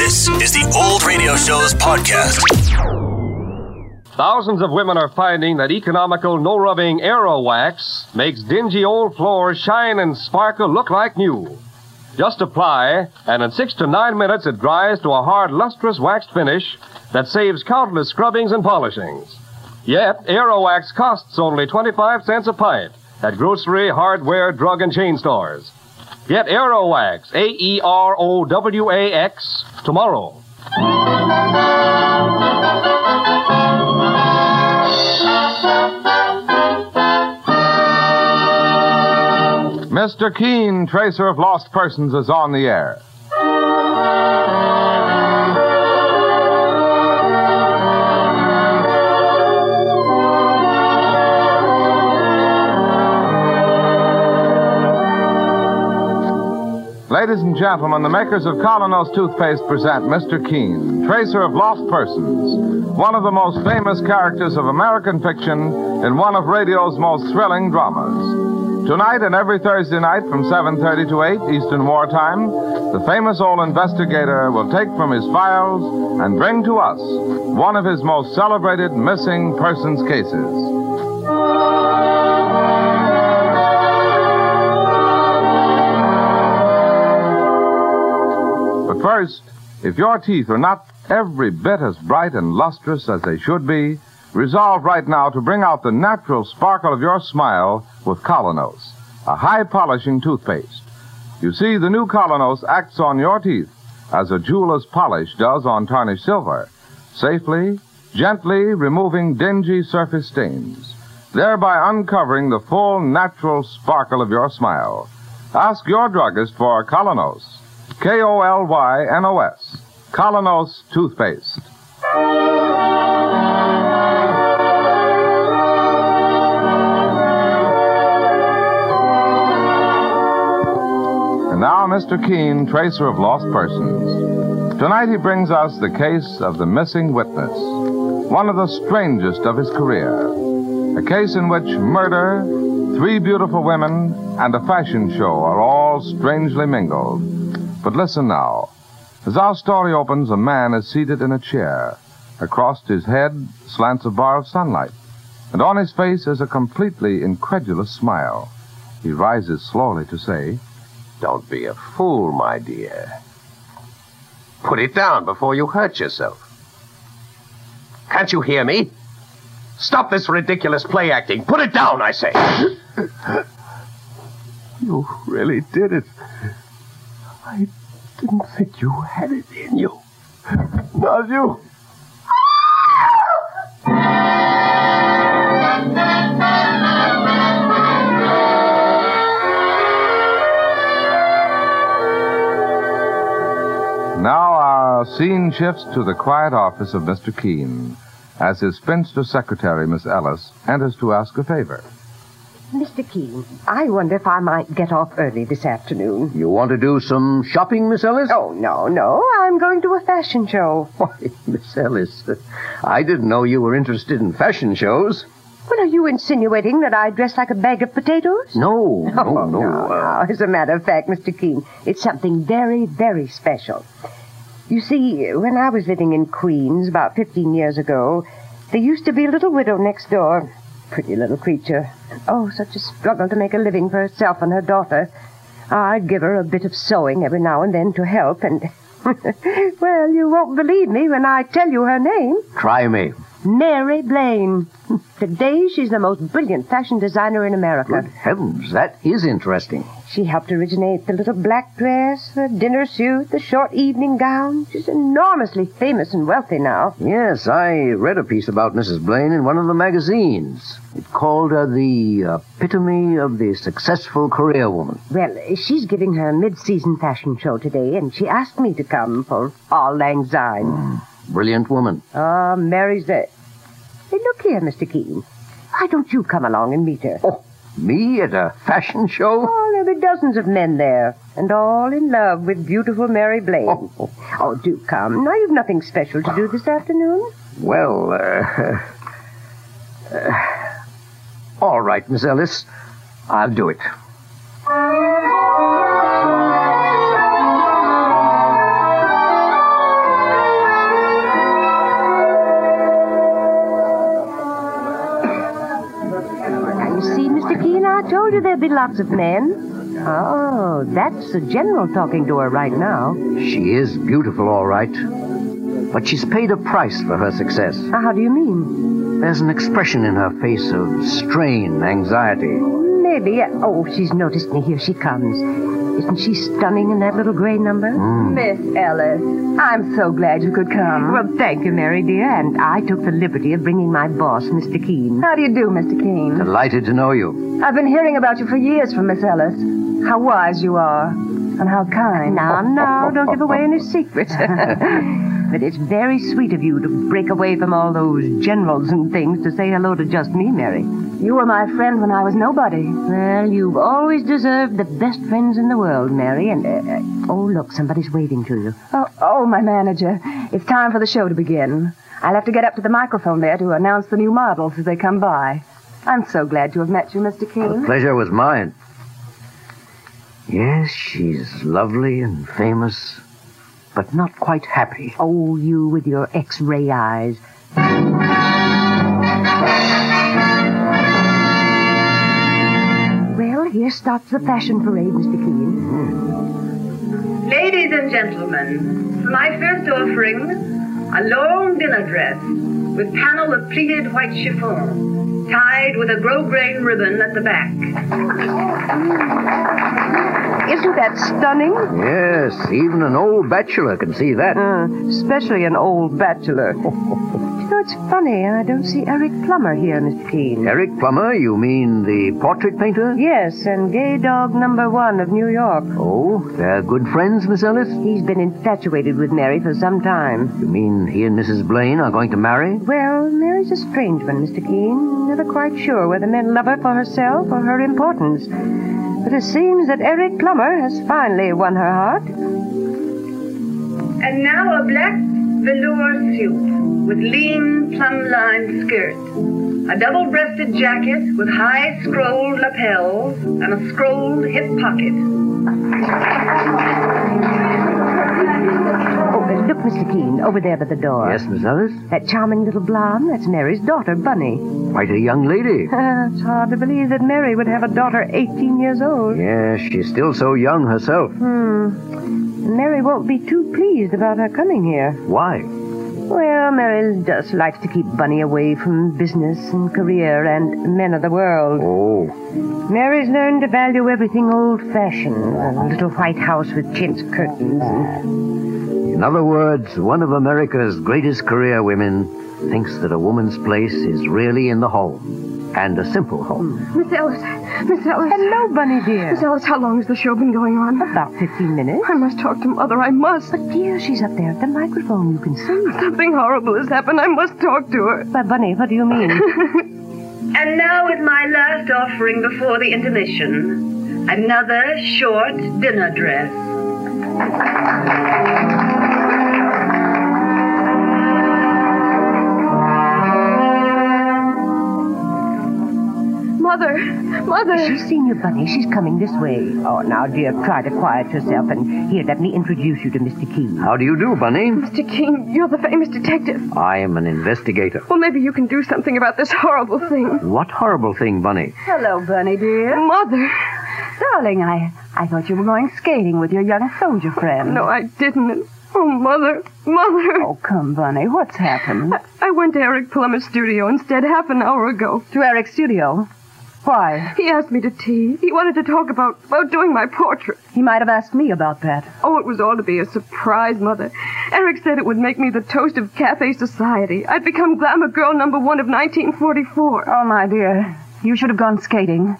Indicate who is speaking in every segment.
Speaker 1: This is the Old Radio Show's podcast.
Speaker 2: Thousands of women are finding that economical no rubbing Aero Wax makes dingy old floors shine and sparkle look like new. Just apply, and in six to nine minutes it dries to a hard, lustrous waxed finish that saves countless scrubbings and polishings. Yet, Aero Wax costs only 25 cents a pint at grocery, hardware, drug, and chain stores. Get Aero Wax, A E R O W A X, tomorrow.
Speaker 3: Mr. Keene, tracer of lost persons, is on the air. Ladies and gentlemen, the makers of Colonos toothpaste present Mr. Keene, tracer of lost persons, one of the most famous characters of American fiction and one of radio's most thrilling dramas. Tonight and every Thursday night from 7:30 to 8 Eastern Wartime, the famous old investigator will take from his files and bring to us one of his most celebrated missing persons cases. But first, if your teeth are not every bit as bright and lustrous as they should be, resolve right now to bring out the natural sparkle of your smile with Colonos, a high polishing toothpaste. You see, the new Colonos acts on your teeth as a jeweler's polish does on tarnished silver, safely, gently removing dingy surface stains, thereby uncovering the full natural sparkle of your smile. Ask your druggist for Colonos. K O L Y N O S. Colonos toothpaste. And now, Mr. Keene, tracer of lost persons. Tonight he brings us the case of the missing witness, one of the strangest of his career. A case in which murder, three beautiful women, and a fashion show are all strangely mingled. But listen now. As our story opens, a man is seated in a chair. Across his head slants a bar of sunlight, and on his face is a completely incredulous smile. He rises slowly to say,
Speaker 4: Don't be a fool, my dear. Put it down before you hurt yourself. Can't you hear me? Stop this ridiculous play acting. Put it down, I say.
Speaker 5: You really did it. I didn't think you had it in you. Not you.
Speaker 3: Now our scene shifts to the quiet office of Mr. Keene as his spinster secretary, Miss Ellis, enters to ask a favor.
Speaker 6: Mr. Keene, I wonder if I might get off early this afternoon.
Speaker 7: You want to do some shopping, Miss Ellis?
Speaker 6: Oh, no, no. I'm going to a fashion show.
Speaker 7: Why, Miss Ellis, I didn't know you were interested in fashion shows.
Speaker 6: What are you insinuating that I dress like a bag of potatoes?
Speaker 7: No,
Speaker 6: oh,
Speaker 7: no, no.
Speaker 6: no.
Speaker 7: uh,
Speaker 6: As a matter of fact, Mr. Keene, it's something very, very special. You see, when I was living in Queens about 15 years ago, there used to be a little widow next door. Pretty little creature. Oh, such a struggle to make a living for herself and her daughter. I'd give her a bit of sewing every now and then to help, and. well, you won't believe me when I tell you her name.
Speaker 7: Try me.
Speaker 6: Mary Blaine. Today, she's the most brilliant fashion designer in America.
Speaker 7: Good heavens, that is interesting.
Speaker 6: She helped originate the little black dress, the dinner suit, the short evening gown. She's enormously famous and wealthy now.
Speaker 7: Yes, I read a piece about Mrs. Blaine in one of the magazines. It called her the epitome of the successful career woman.
Speaker 6: Well, she's giving her mid-season fashion show today, and she asked me to come for All Lang Syne.
Speaker 7: Brilliant woman.
Speaker 6: Ah, Mary's there. Hey, look here, Mr. Keene. Why don't you come along and meet her?
Speaker 7: Me at a fashion show?
Speaker 6: Oh, there'll be dozens of men there, and all in love with beautiful Mary Blaine.
Speaker 7: Oh,
Speaker 6: Oh, do come. Now you've nothing special to do this afternoon.
Speaker 7: well, uh, uh, all right, Miss Ellis. I'll do it.
Speaker 6: be lots of men. Oh, that's the general talking to her right now.
Speaker 7: She is beautiful, all right. But she's paid a price for her success.
Speaker 6: How do you mean?
Speaker 7: There's an expression in her face of strain, anxiety.
Speaker 6: Maybe. Oh, she's noticed me. Here she comes. Isn't she stunning in that little gray number?
Speaker 8: Miss Ellis, I'm so glad you could come.
Speaker 6: Well, thank you, Mary dear. And I took the liberty of bringing my boss, Mr. Keene.
Speaker 8: How do you do, Mr. Keene?
Speaker 7: Delighted to know you.
Speaker 8: I've been hearing about you for years from Miss Ellis. How wise you are, and how kind.
Speaker 6: Now, now, don't give away any secrets. but it's very sweet of you to break away from all those generals and things to say hello to just me, Mary.
Speaker 8: You were my friend when I was nobody.
Speaker 6: Well, you've always deserved the best friends in the world, Mary. And, uh, uh, oh, look, somebody's waving to you.
Speaker 8: Oh, oh, my manager. It's time for the show to begin. I'll have to get up to the microphone there to announce the new models as they come by. I'm so glad to have met you, Mr.
Speaker 7: The
Speaker 8: Keene.
Speaker 7: pleasure was mine. Yes, she's lovely and famous, but not quite happy.
Speaker 6: Oh, you with your x ray eyes. Well, here starts the fashion parade, Mr. Keene.
Speaker 9: Mm-hmm. Ladies and gentlemen, for my first offering, a long dinner dress with panel of pleated white chiffon, tied with a grosgrain ribbon at the back.
Speaker 6: Isn't that stunning?
Speaker 7: Yes, even an old bachelor can see that.
Speaker 6: Uh, especially an old bachelor. you know, it's funny. I don't see Eric Plummer here, Mr. Keene.
Speaker 7: Eric Plummer, you mean the portrait painter?
Speaker 6: Yes, and gay dog number one of New York.
Speaker 7: Oh, they're good friends, Miss Ellis?
Speaker 6: He's been infatuated with Mary for some time.
Speaker 7: You mean he and Mrs. Blaine are going to marry?
Speaker 6: Well, Mary's a strange one, Mr. Keene. Never quite sure whether men love her for herself or her importance. But it seems that Eric Plummer has finally won her heart.
Speaker 9: And now a black velour suit with lean plum-lined skirt, a double-breasted jacket with high scrolled lapels and a scrolled hip pocket.
Speaker 6: Oh, uh, look, Mr. Keene, over there by the door.
Speaker 7: Yes, Miss Ellis?
Speaker 6: That charming little blonde, that's Mary's daughter, Bunny.
Speaker 7: Quite a young lady.
Speaker 6: it's hard to believe that Mary would have a daughter 18 years old.
Speaker 7: yes, she's still so young herself.
Speaker 6: Mary won't be too pleased about her coming here.
Speaker 7: Why?
Speaker 6: Well, Mary just likes to keep Bunny away from business and career and men of the world.
Speaker 7: Oh,
Speaker 6: Mary's learned to value everything old fashioned a little white house with chintz curtains. and-
Speaker 7: in other words, one of America's greatest career women thinks that a woman's place is really in the home, and a simple home.
Speaker 8: Miss Ellis, Miss Ellis.
Speaker 6: Hello, Bunny dear.
Speaker 8: Miss Ellis, how long has the show been going on?
Speaker 6: About 15 minutes.
Speaker 8: I must talk to Mother. I must.
Speaker 6: But, dear, she's up there at the microphone. You can see.
Speaker 8: Something horrible has happened. I must talk to her.
Speaker 6: Why, Bunny, what do you mean?
Speaker 9: And now is my last offering before the intermission. Another short dinner dress.
Speaker 8: Mother, Mother.
Speaker 6: She's seen you, Bunny. She's coming this way. Oh, now, dear, try to quiet yourself. And here, let me introduce you to Mr. Keene.
Speaker 7: How do you do, Bunny?
Speaker 8: Mr. Keene, you're the famous detective.
Speaker 7: I am an investigator.
Speaker 8: Well, maybe you can do something about this horrible thing.
Speaker 7: What horrible thing, Bunny?
Speaker 8: Hello, Bunny dear. Mother.
Speaker 10: Darling, I, I thought you were going skating with your young soldier friend.
Speaker 8: No, I didn't. Oh, Mother, Mother.
Speaker 10: Oh, come, Bunny. What's happened?
Speaker 8: I went to Eric Plummer's studio instead half an hour ago.
Speaker 10: to Eric's studio. Why?
Speaker 8: He asked me to tea. He wanted to talk about, about doing my portrait.
Speaker 10: He might have asked me about that.
Speaker 8: Oh, it was all to be a surprise, Mother. Eric said it would make me the toast of cafe society. I'd become glamour girl number one of 1944.
Speaker 10: Oh, my dear. You should have gone skating.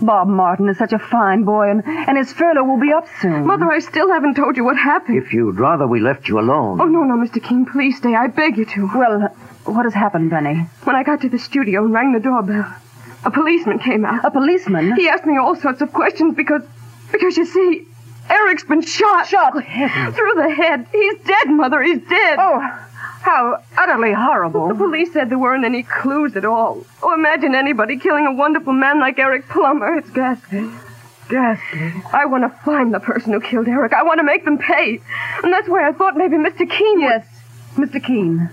Speaker 10: Bob Martin is such a fine boy, and, and his furlough will be up soon.
Speaker 8: Mother, I still haven't told you what happened.
Speaker 7: If you'd rather we left you alone.
Speaker 8: Oh, no, no, Mr. King, please stay. I beg you to.
Speaker 10: Well, what has happened, Bunny?
Speaker 8: When I got to the studio and rang the doorbell, a policeman came out.
Speaker 10: A policeman?
Speaker 8: He asked me all sorts of questions because, because you see, Eric's been shot.
Speaker 10: Shot? Good heavens.
Speaker 8: Through the head. He's dead, Mother. He's dead.
Speaker 10: Oh, how utterly
Speaker 8: The
Speaker 10: horrible.
Speaker 8: police said there weren't any clues at all. Oh, imagine anybody killing a wonderful man like Eric Plummer. It's ghastly. Ghastly. I want to find the person who killed Eric. I want to make them pay. And that's why I thought maybe Mr. Keene
Speaker 10: Yes, Mr. Keene.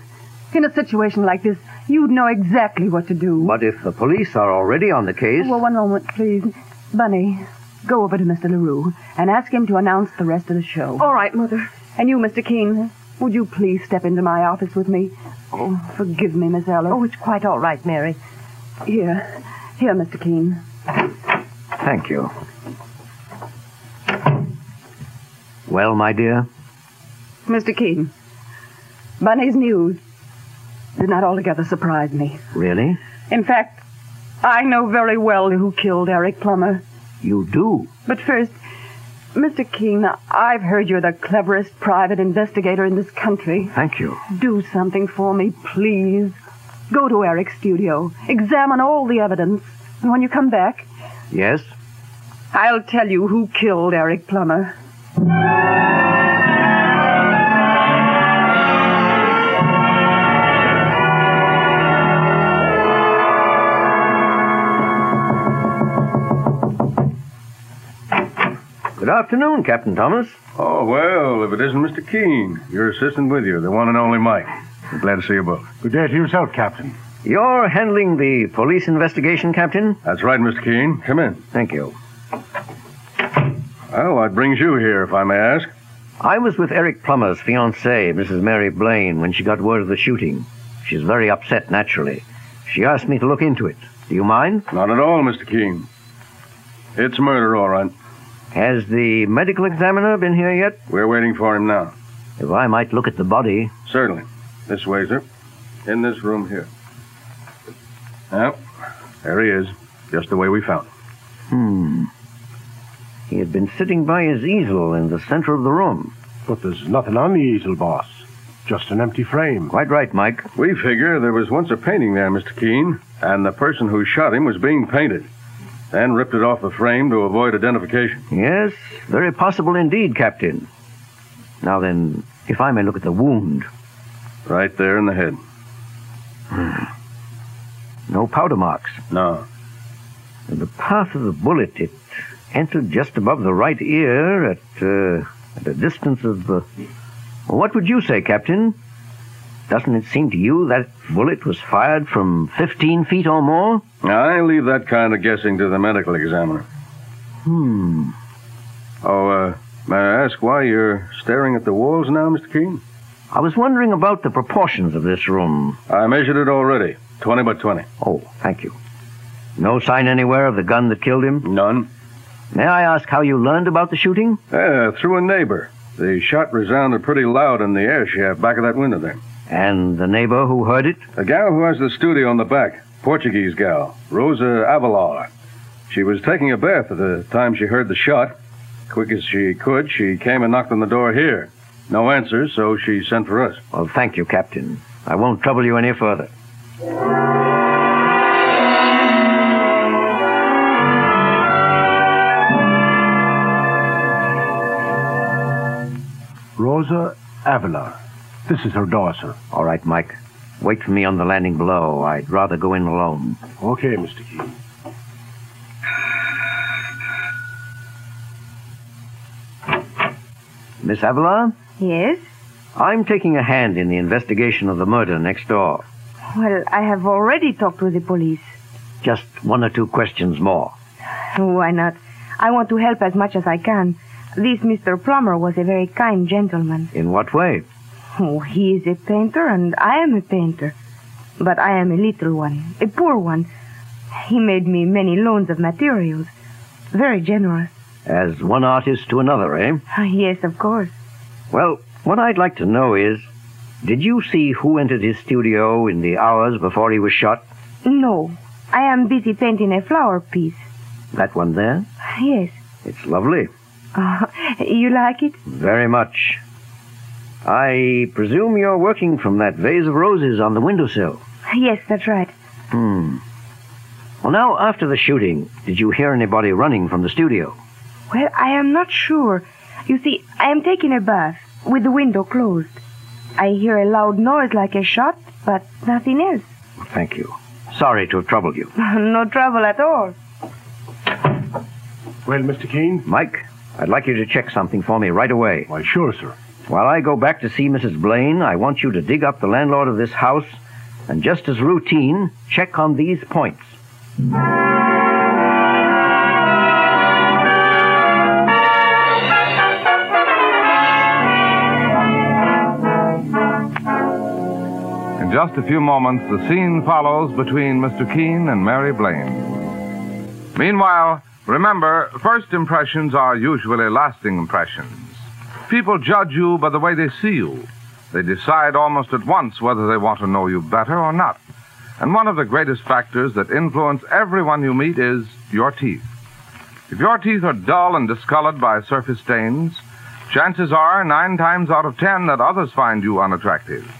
Speaker 10: In a situation like this, you'd know exactly what to do.
Speaker 7: But if the police are already on the case,
Speaker 10: Well, one moment, please. Bunny, go over to Mr. LaRue and ask him to announce the rest of the show.
Speaker 8: All right, Mother.
Speaker 10: And you, Mr. Keene, would you please step into my office with me? Oh, forgive me, Miss Ellis.
Speaker 6: Oh, it's quite all right, Mary.
Speaker 10: Here. Here, Mr. Keene.
Speaker 7: Thank you. Well, my dear?
Speaker 10: Mr. Keene, Bunny's news did not altogether surprise me.
Speaker 7: Really?
Speaker 10: In fact, I know very well who killed Eric Plummer.
Speaker 7: You do?
Speaker 10: But first, Mr. Keene, I've heard you're the cleverest private investigator in this country.
Speaker 7: Thank you.
Speaker 10: Do something for me, please. Go to Eric's studio, examine all the evidence, and when you come back.
Speaker 7: Yes?
Speaker 10: I'll tell you who killed Eric Plummer.
Speaker 7: Good afternoon, Captain Thomas.
Speaker 11: Oh, well, if it isn't Mr. Keene, your assistant with you, the one and only Mike. I'm glad to see you both.
Speaker 12: Good day to yourself, Captain.
Speaker 7: You're handling the police investigation, Captain?
Speaker 11: That's right, Mr. Keene. Come in.
Speaker 7: Thank you.
Speaker 11: Well, what brings you here, if I may ask?
Speaker 7: I was with Eric Plummer's fiancée, Mrs. Mary Blaine, when she got word of the shooting. She's very upset, naturally. She asked me to look into it. Do you mind?
Speaker 11: Not at all, Mr. Keene. It's murder, all right.
Speaker 7: Has the medical examiner been here yet?
Speaker 11: We're waiting for him now.
Speaker 7: If I might look at the body.
Speaker 11: Certainly. This way, sir. In this room here. Now, there he is, just the way we found him.
Speaker 7: Hmm. He had been sitting by his easel in the center of the room.
Speaker 12: But there's nothing on the easel, boss. Just an empty frame.
Speaker 7: Quite right, Mike.
Speaker 11: We figure there was once a painting there, Mr. Keene, and the person who shot him was being painted and ripped it off the frame to avoid identification.
Speaker 7: Yes, very possible indeed, Captain. Now then, if I may look at the wound.
Speaker 11: Right there in the head.
Speaker 7: no powder marks.
Speaker 11: No.
Speaker 7: And the path of the bullet, it entered just above the right ear at, uh, at a distance of. Uh, what would you say, Captain? Doesn't it seem to you that bullet was fired from 15 feet or more?
Speaker 11: I leave that kind of guessing to the medical examiner.
Speaker 7: Hmm.
Speaker 11: Oh, uh, may I ask why you're staring at the walls now, Mr. Keene?
Speaker 7: I was wondering about the proportions of this room.
Speaker 11: I measured it already 20 by 20.
Speaker 7: Oh, thank you. No sign anywhere of the gun that killed him?
Speaker 11: None.
Speaker 7: May I ask how you learned about the shooting?
Speaker 11: Uh, through a neighbor. The shot resounded pretty loud in the air shaft back of that window there.
Speaker 7: And the neighbor who heard it?
Speaker 11: The gal who has the studio on the back. Portuguese gal. Rosa Avalar. She was taking a bath at the time she heard the shot. Quick as she could, she came and knocked on the door here. No answer, so she sent for us.
Speaker 7: Well, thank you, Captain. I won't trouble you any further.
Speaker 12: Rosa Avalar. This is her door, sir.
Speaker 7: All right, Mike. Wait for me on the landing below. I'd rather go in alone.
Speaker 12: Okay, Mr. Keene.
Speaker 7: Miss Avalar?
Speaker 10: Yes?
Speaker 7: I'm taking a hand in the investigation of the murder next door.
Speaker 10: Well, I have already talked with the police.
Speaker 7: Just one or two questions more.
Speaker 10: Why not? I want to help as much as I can. This Mr. Plummer was a very kind gentleman.
Speaker 7: In what way?
Speaker 10: Oh, he is a painter, and I am a painter. But I am a little one, a poor one. He made me many loans of materials. Very generous.
Speaker 7: As one artist to another, eh?
Speaker 10: Yes, of course.
Speaker 7: Well, what I'd like to know is did you see who entered his studio in the hours before he was shot?
Speaker 10: No. I am busy painting a flower piece.
Speaker 7: That one there?
Speaker 10: Yes.
Speaker 7: It's lovely.
Speaker 10: Oh, you like it?
Speaker 7: Very much. I presume you're working from that vase of roses on the windowsill.
Speaker 10: Yes, that's right.
Speaker 7: Hmm. Well, now, after the shooting, did you hear anybody running from the studio?
Speaker 10: Well, I am not sure. You see, I am taking a bath with the window closed. I hear a loud noise like a shot, but nothing else.
Speaker 7: Well, thank you. Sorry to have troubled you.
Speaker 10: no trouble at all.
Speaker 12: Well, Mr. Keene?
Speaker 7: Mike, I'd like you to check something for me right away.
Speaker 12: Why, sure, sir.
Speaker 7: While I go back to see Mrs. Blaine, I want you to dig up the landlord of this house and, just as routine, check on these points.
Speaker 3: just a few moments, the scene follows between Mr. Keene and Mary Blaine. Meanwhile, remember, first impressions are usually lasting impressions. People judge you by the way they see you. They decide almost at once whether they want to know you better or not. And one of the greatest factors that influence everyone you meet is your teeth. If your teeth are dull and discolored by surface stains, chances are nine times out of ten that others find you unattractive.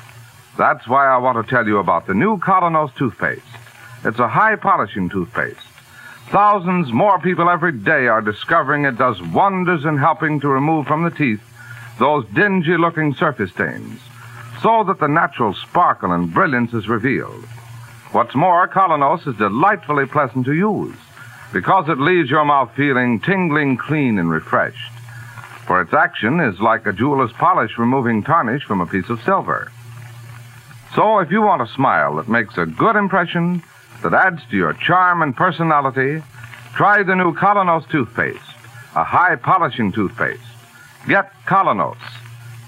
Speaker 3: That's why I want to tell you about the new Colonos toothpaste. It's a high polishing toothpaste. Thousands more people every day are discovering it does wonders in helping to remove from the teeth those dingy looking surface stains, so that the natural sparkle and brilliance is revealed. What's more, Colonos is delightfully pleasant to use because it leaves your mouth feeling tingling clean and refreshed. For its action is like a jeweler's polish removing tarnish from a piece of silver. So if you want a smile that makes a good impression, that adds to your charm and personality, try the new Colonos toothpaste, a high polishing toothpaste. Get Colonos,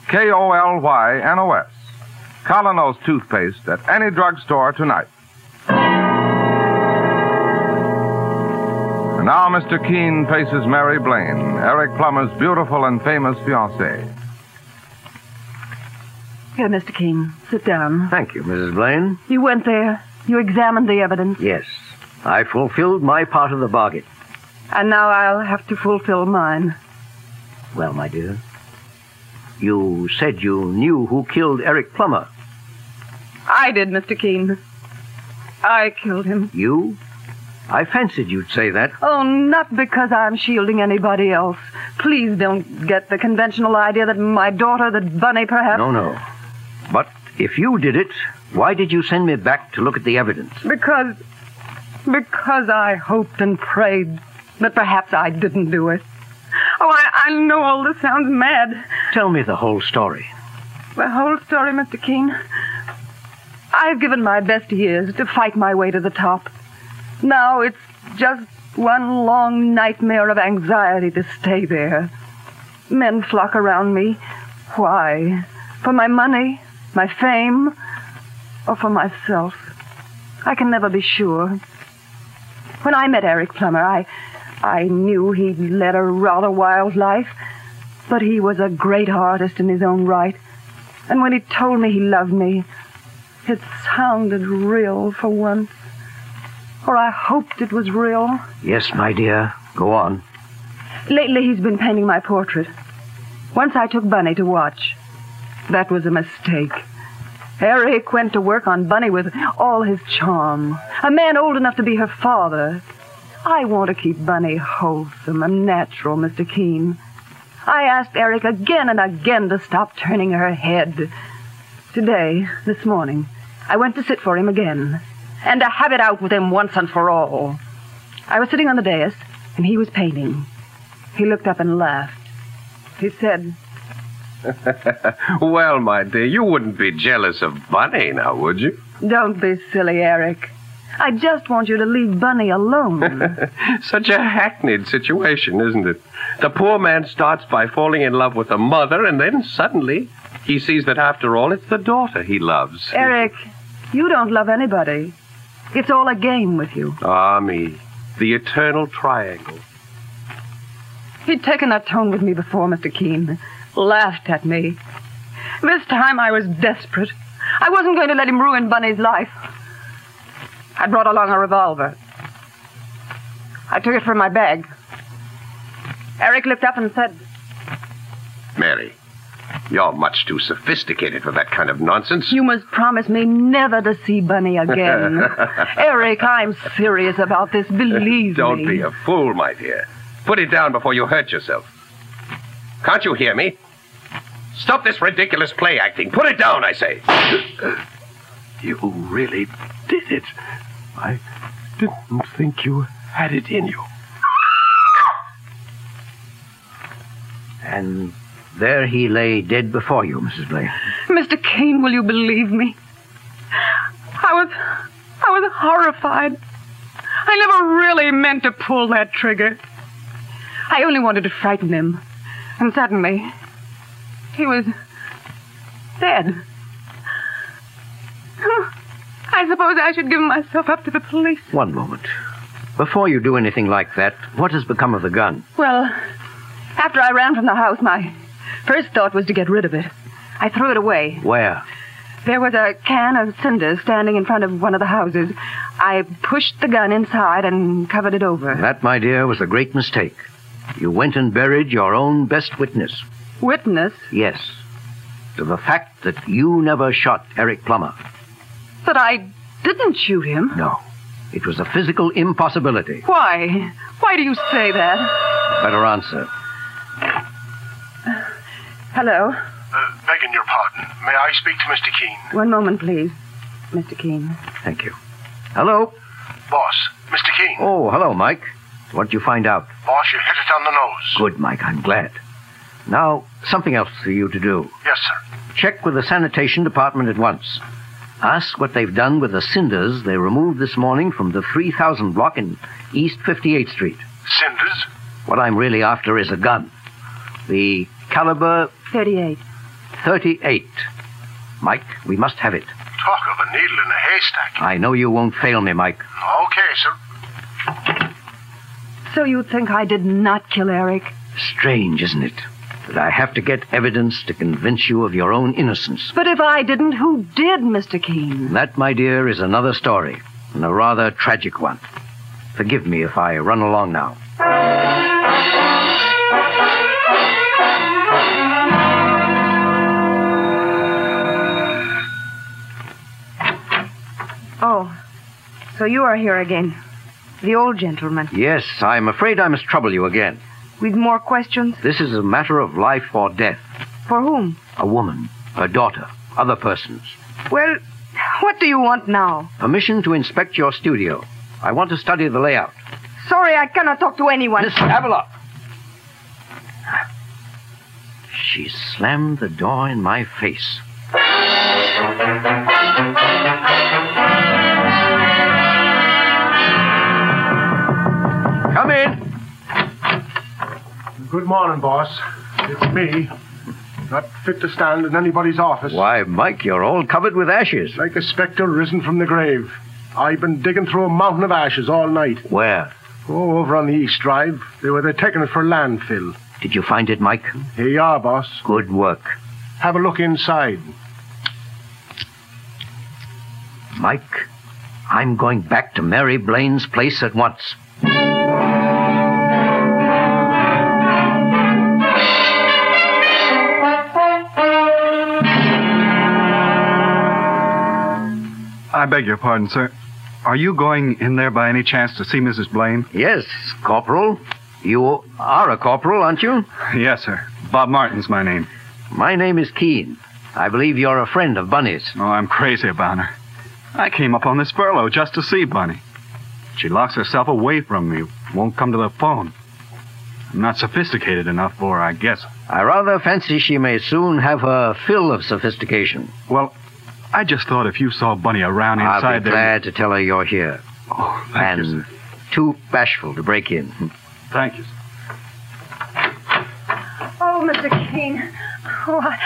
Speaker 3: K O L Y N O S. Colonos toothpaste at any drugstore tonight. And now Mr. Keene faces Mary Blaine, Eric Plummer's beautiful and famous fiancée.
Speaker 13: Here, Mr. King, sit down.
Speaker 7: Thank you, Mrs. Blaine.
Speaker 13: You went there. You examined the evidence.
Speaker 7: Yes, I fulfilled my part of the bargain.
Speaker 13: And now I'll have to fulfill mine.
Speaker 7: Well, my dear, you said you knew who killed Eric Plummer.
Speaker 13: I did, Mr. Keene. I killed him.
Speaker 7: You? I fancied you'd say that.
Speaker 13: Oh, not because I'm shielding anybody else. Please don't get the conventional idea that my daughter, that Bunny, perhaps.
Speaker 7: No, no. But if you did it, why did you send me back to look at the evidence?
Speaker 13: Because. Because I hoped and prayed that perhaps I didn't do it. Oh, I, I know all this sounds mad.
Speaker 7: Tell me the whole story.
Speaker 13: The whole story, Mr. Keene. I've given my best years to fight my way to the top. Now it's just one long nightmare of anxiety to stay there. Men flock around me. Why? For my money, my fame, or for myself? I can never be sure. When I met Eric Plummer, I, I knew he'd led a rather wild life, but he was a great artist in his own right. And when he told me he loved me, it sounded real for once. Or I hoped it was real.
Speaker 7: Yes, my dear. Go on.
Speaker 13: Lately, he's been painting my portrait. Once I took Bunny to watch. That was a mistake. Eric went to work on Bunny with all his charm. A man old enough to be her father. I want to keep Bunny wholesome and natural, Mr. Keene. I asked Eric again and again to stop turning her head. Today, this morning, I went to sit for him again and to have it out with him once and for all. I was sitting on the dais, and he was painting. He looked up and laughed. He said,
Speaker 4: well, my dear, you wouldn't be jealous of Bunny now, would you?
Speaker 13: Don't be silly, Eric. I just want you to leave Bunny alone.
Speaker 4: Such a hackneyed situation, isn't it? The poor man starts by falling in love with the mother, and then suddenly he sees that after all it's the daughter he loves.
Speaker 13: Eric, you don't love anybody. It's all a game with you.
Speaker 4: Ah, me. The eternal triangle.
Speaker 13: He'd taken that tone with me before, Mr. Keene. Laughed at me. This time I was desperate. I wasn't going to let him ruin Bunny's life. I brought along a revolver. I took it from my bag. Eric looked up and said,
Speaker 4: Mary, you're much too sophisticated for that kind of nonsense.
Speaker 13: You must promise me never to see Bunny again. Eric, I'm serious about this. Believe
Speaker 4: Don't
Speaker 13: me.
Speaker 4: be a fool, my dear. Put it down before you hurt yourself. Can't you hear me? Stop this ridiculous play acting. Put it down, I say.
Speaker 12: You really did it. I didn't think you had it in you.
Speaker 7: And there he lay dead before you, Mrs. Blaine.
Speaker 13: Mr. Kane, will you believe me? I was. I was horrified. I never really meant to pull that trigger. I only wanted to frighten him. And suddenly, he was. dead. I suppose I should give myself up to the police.
Speaker 7: One moment. Before you do anything like that, what has become of the gun?
Speaker 13: Well, after I ran from the house, my first thought was to get rid of it. I threw it away.
Speaker 7: Where?
Speaker 13: There was a can of cinders standing in front of one of the houses. I pushed the gun inside and covered it over.
Speaker 7: That, my dear, was a great mistake. You went and buried your own best witness.
Speaker 13: Witness
Speaker 7: Yes. To the fact that you never shot Eric Plummer.
Speaker 13: that I didn't shoot him.
Speaker 7: No. It was a physical impossibility.
Speaker 13: Why? Why do you say that?
Speaker 7: Better answer.
Speaker 13: Hello.
Speaker 14: Uh, begging your pardon, may I speak to Mr. Keene?
Speaker 13: One moment, please, Mr. Keene.
Speaker 7: Thank you. Hello?
Speaker 14: Boss, Mr. Keene.
Speaker 7: Oh, hello, Mike. What'd you find out?
Speaker 14: Boss, you hit it on the nose.
Speaker 7: Good, Mike. I'm glad. Now, something else for you to do.
Speaker 14: Yes, sir.
Speaker 7: Check with the sanitation department at once. Ask what they've done with the cinders they removed this morning from the 3000 block in East 58th Street.
Speaker 14: Cinders?
Speaker 7: What I'm really after is a gun. The caliber
Speaker 13: 38.
Speaker 7: 38. Mike, we must have it.
Speaker 14: Talk of a needle in a haystack.
Speaker 7: I know you won't fail me, Mike.
Speaker 14: Okay, sir.
Speaker 13: So you think I did not kill Eric?
Speaker 7: Strange, isn't it? That I have to get evidence to convince you of your own innocence.
Speaker 13: But if I didn't, who did, Mr. Keene?
Speaker 7: That, my dear, is another story, and a rather tragic one. Forgive me if I run along now.
Speaker 10: Oh, so you are here again. The old gentleman.
Speaker 7: Yes, I'm afraid I must trouble you again.
Speaker 10: With more questions?
Speaker 7: This is a matter of life or death.
Speaker 10: For whom?
Speaker 7: A woman, her daughter, other persons.
Speaker 10: Well, what do you want now?
Speaker 7: Permission to inspect your studio. I want to study the layout.
Speaker 10: Sorry, I cannot talk to anyone.
Speaker 7: Miss Avalon! She slammed the door in my face. Come in.
Speaker 14: Good morning, boss. It's me. Not fit to stand in anybody's office.
Speaker 7: Why, Mike, you're all covered with ashes.
Speaker 14: Like a specter risen from the grave. I've been digging through a mountain of ashes all night.
Speaker 7: Where?
Speaker 14: Oh, over on the East Drive. They were they're taking it for landfill.
Speaker 7: Did you find it, Mike?
Speaker 14: Here you are, boss.
Speaker 7: Good work.
Speaker 14: Have a look inside.
Speaker 7: Mike, I'm going back to Mary Blaine's place at once.
Speaker 15: I beg your pardon, sir. Are you going in there by any chance to see Mrs. Blaine?
Speaker 7: Yes, Corporal. You are a corporal, aren't you?
Speaker 15: Yes, sir. Bob Martin's my name.
Speaker 7: My name is Keene. I believe you're a friend of Bunny's.
Speaker 15: Oh, I'm crazy about her. I came up on this furlough just to see Bunny. She locks herself away from me, won't come to the phone. I'm not sophisticated enough for her, I guess.
Speaker 7: I rather fancy she may soon have her fill of sophistication.
Speaker 15: Well, I just thought if you saw Bunny around inside
Speaker 7: I'll be
Speaker 15: there.
Speaker 7: glad to tell her you're here.
Speaker 15: Oh,
Speaker 7: and too bashful to break in.
Speaker 15: Thank you.
Speaker 13: Oh, Mr. Keene. Oh, I,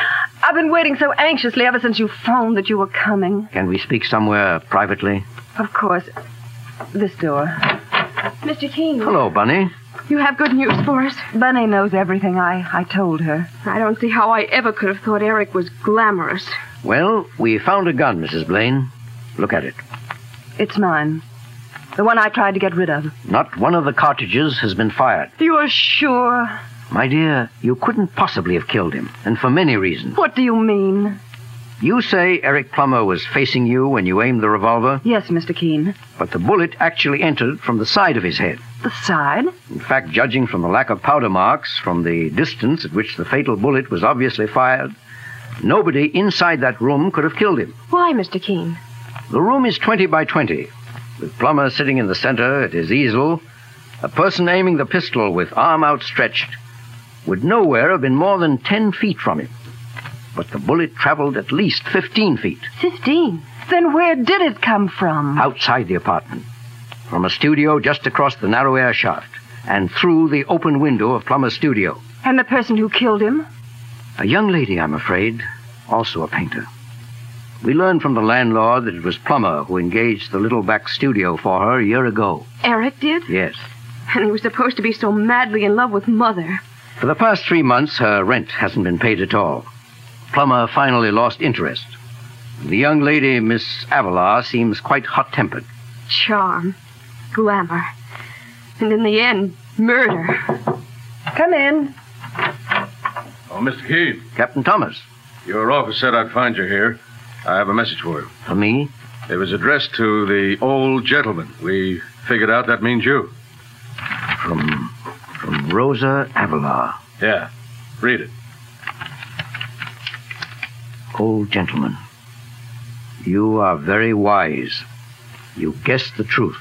Speaker 13: I've been waiting so anxiously ever since you phoned that you were coming.
Speaker 7: Can we speak somewhere privately?
Speaker 13: Of course. This door. Mr. Keene.
Speaker 7: Hello, Bunny.
Speaker 13: You have good news for us? Bunny knows everything I, I told her.
Speaker 16: I don't see how I ever could have thought Eric was glamorous.
Speaker 7: Well, we found a gun, Mrs. Blaine. Look at it.
Speaker 13: It's mine. The one I tried to get rid of.
Speaker 7: Not one of the cartridges has been fired.
Speaker 13: You're sure?
Speaker 7: My dear, you couldn't possibly have killed him, and for many reasons.
Speaker 13: What do you mean?
Speaker 7: You say Eric Plummer was facing you when you aimed the revolver,
Speaker 13: Yes, Mr. Keene.
Speaker 7: but the bullet actually entered from the side of his head.
Speaker 13: The side?
Speaker 7: In fact, judging from the lack of powder marks, from the distance at which the fatal bullet was obviously fired, nobody inside that room could have killed him.
Speaker 16: Why, Mr. Keene?
Speaker 7: The room is 20 by 20, with Plummer sitting in the center at his easel. A person aiming the pistol with arm outstretched would nowhere have been more than 10 feet from him. But the bullet traveled at least 15 feet
Speaker 13: Fifteen. Then where did it come from?
Speaker 7: outside the apartment, from a studio just across the narrow air shaft, and through the open window of Plummer's studio.
Speaker 13: And the person who killed him?
Speaker 7: A young lady, I'm afraid, also a painter. We learned from the landlord that it was Plummer who engaged the little back studio for her a year ago.
Speaker 16: Eric did?
Speaker 7: Yes.
Speaker 16: And he was supposed to be so madly in love with Mother.
Speaker 7: For the past three months, her rent hasn't been paid at all. Plummer finally lost interest. The young lady, Miss Avalar, seems quite hot tempered.
Speaker 16: Charm. Glamour. And in the end, murder.
Speaker 8: Come in.
Speaker 11: Oh, Mr. Keene.
Speaker 7: Captain Thomas.
Speaker 11: Your office said I'd find you here. I have a message for you.
Speaker 7: For me?
Speaker 11: It was addressed to the old gentleman. We figured out that means you.
Speaker 7: From from Rosa Avalar.
Speaker 11: Yeah. Read it.
Speaker 7: Old gentleman, you are very wise. You guessed the truth.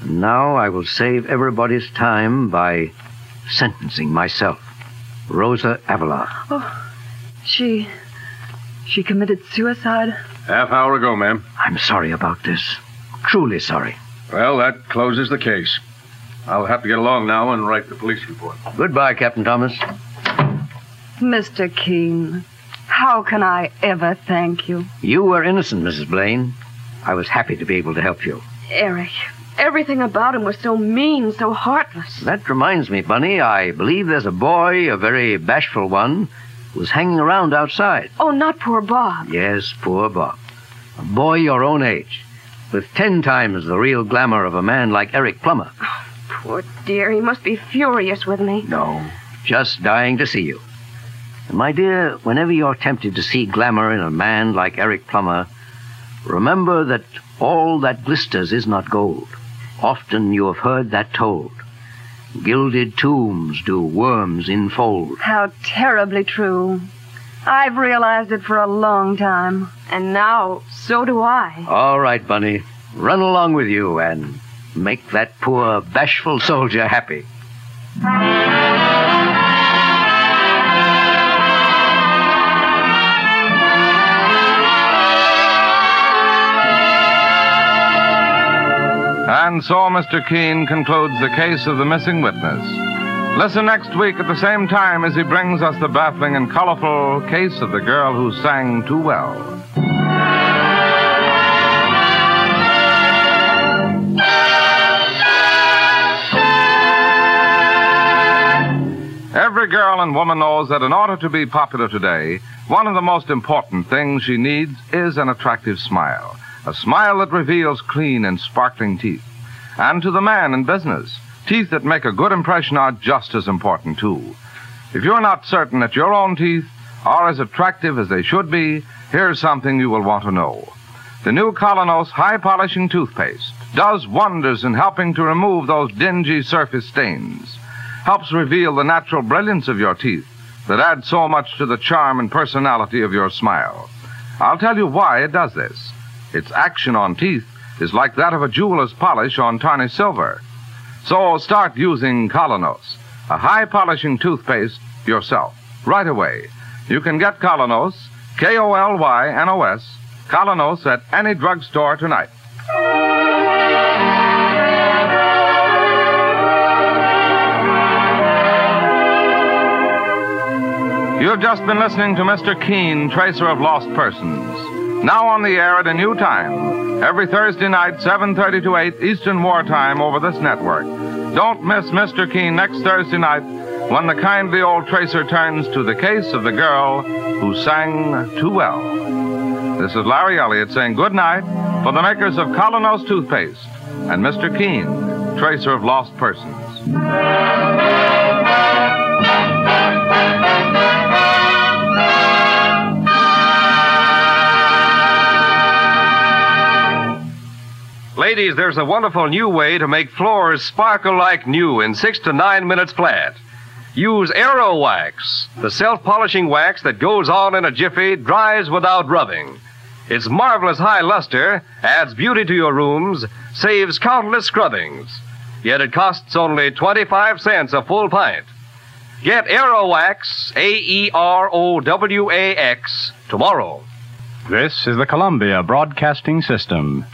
Speaker 7: And now I will save everybody's time by sentencing myself. Rosa Avalar.
Speaker 13: Oh, she. She committed suicide?
Speaker 11: Half hour ago, ma'am.
Speaker 7: I'm sorry about this. Truly sorry.
Speaker 11: Well, that closes the case. I'll have to get along now and write the police report.
Speaker 7: Goodbye, Captain Thomas.
Speaker 13: Mr. Keene, how can I ever thank you?
Speaker 7: You were innocent, Mrs. Blaine. I was happy to be able to help you.
Speaker 16: Eric. Everything about him was so mean, so heartless.
Speaker 7: That reminds me, Bunny, I believe there's a boy, a very bashful one, who's hanging around outside.
Speaker 16: Oh, not poor Bob.
Speaker 7: Yes, poor Bob. A boy your own age, with ten times the real glamour of a man like Eric Plummer.
Speaker 16: Poor dear, he must be furious with me.
Speaker 7: No, just dying to see you. And my dear, whenever you're tempted to see glamour in a man like Eric Plummer, remember that all that glisters is not gold. Often you have heard that told. Gilded tombs do worms enfold.
Speaker 13: How terribly true. I've realized it for a long time.
Speaker 16: And now, so do I.
Speaker 7: All right, Bunny. Run along with you and make that poor, bashful soldier happy.
Speaker 3: And so Mr. Keene concludes the case of the missing witness. Listen next week at the same time as he brings us the baffling and colorful case of the girl who sang too well. Every girl and woman knows that in order to be popular today, one of the most important things she needs is an attractive smile. A smile that reveals clean and sparkling teeth. And to the man in business, teeth that make a good impression are just as important, too. If you're not certain that your own teeth are as attractive as they should be, here's something you will want to know. The new Colonos High Polishing Toothpaste does wonders in helping to remove those dingy surface stains helps reveal the natural brilliance of your teeth that adds so much to the charm and personality of your smile. I'll tell you why it does this. Its action on teeth is like that of a jeweler's polish on tarnished silver. So start using Colonos, a high polishing toothpaste, yourself, right away. You can get Colonos, K O L Y N O S, Colonos at any drugstore tonight. You have just been listening to Mr. Keene, Tracer of Lost Persons. Now on the air at a new time, every Thursday night, 7.30 to 8 Eastern Wartime over this network. Don't miss Mr. Keene next Thursday night when the kindly old Tracer turns to the case of the girl who sang too well. This is Larry Elliott saying good night for the makers of Colonos Toothpaste and Mr. Keene, Tracer of Lost Persons.
Speaker 2: Ladies, there's a wonderful new way to make floors sparkle like new in six to nine minutes flat. Use Aero Wax, the self polishing wax that goes on in a jiffy, dries without rubbing. Its marvelous high luster adds beauty to your rooms, saves countless scrubbings. Yet it costs only 25 cents a full pint. Get Aero Wax, A E R O W A X, tomorrow.
Speaker 17: This is the Columbia Broadcasting System.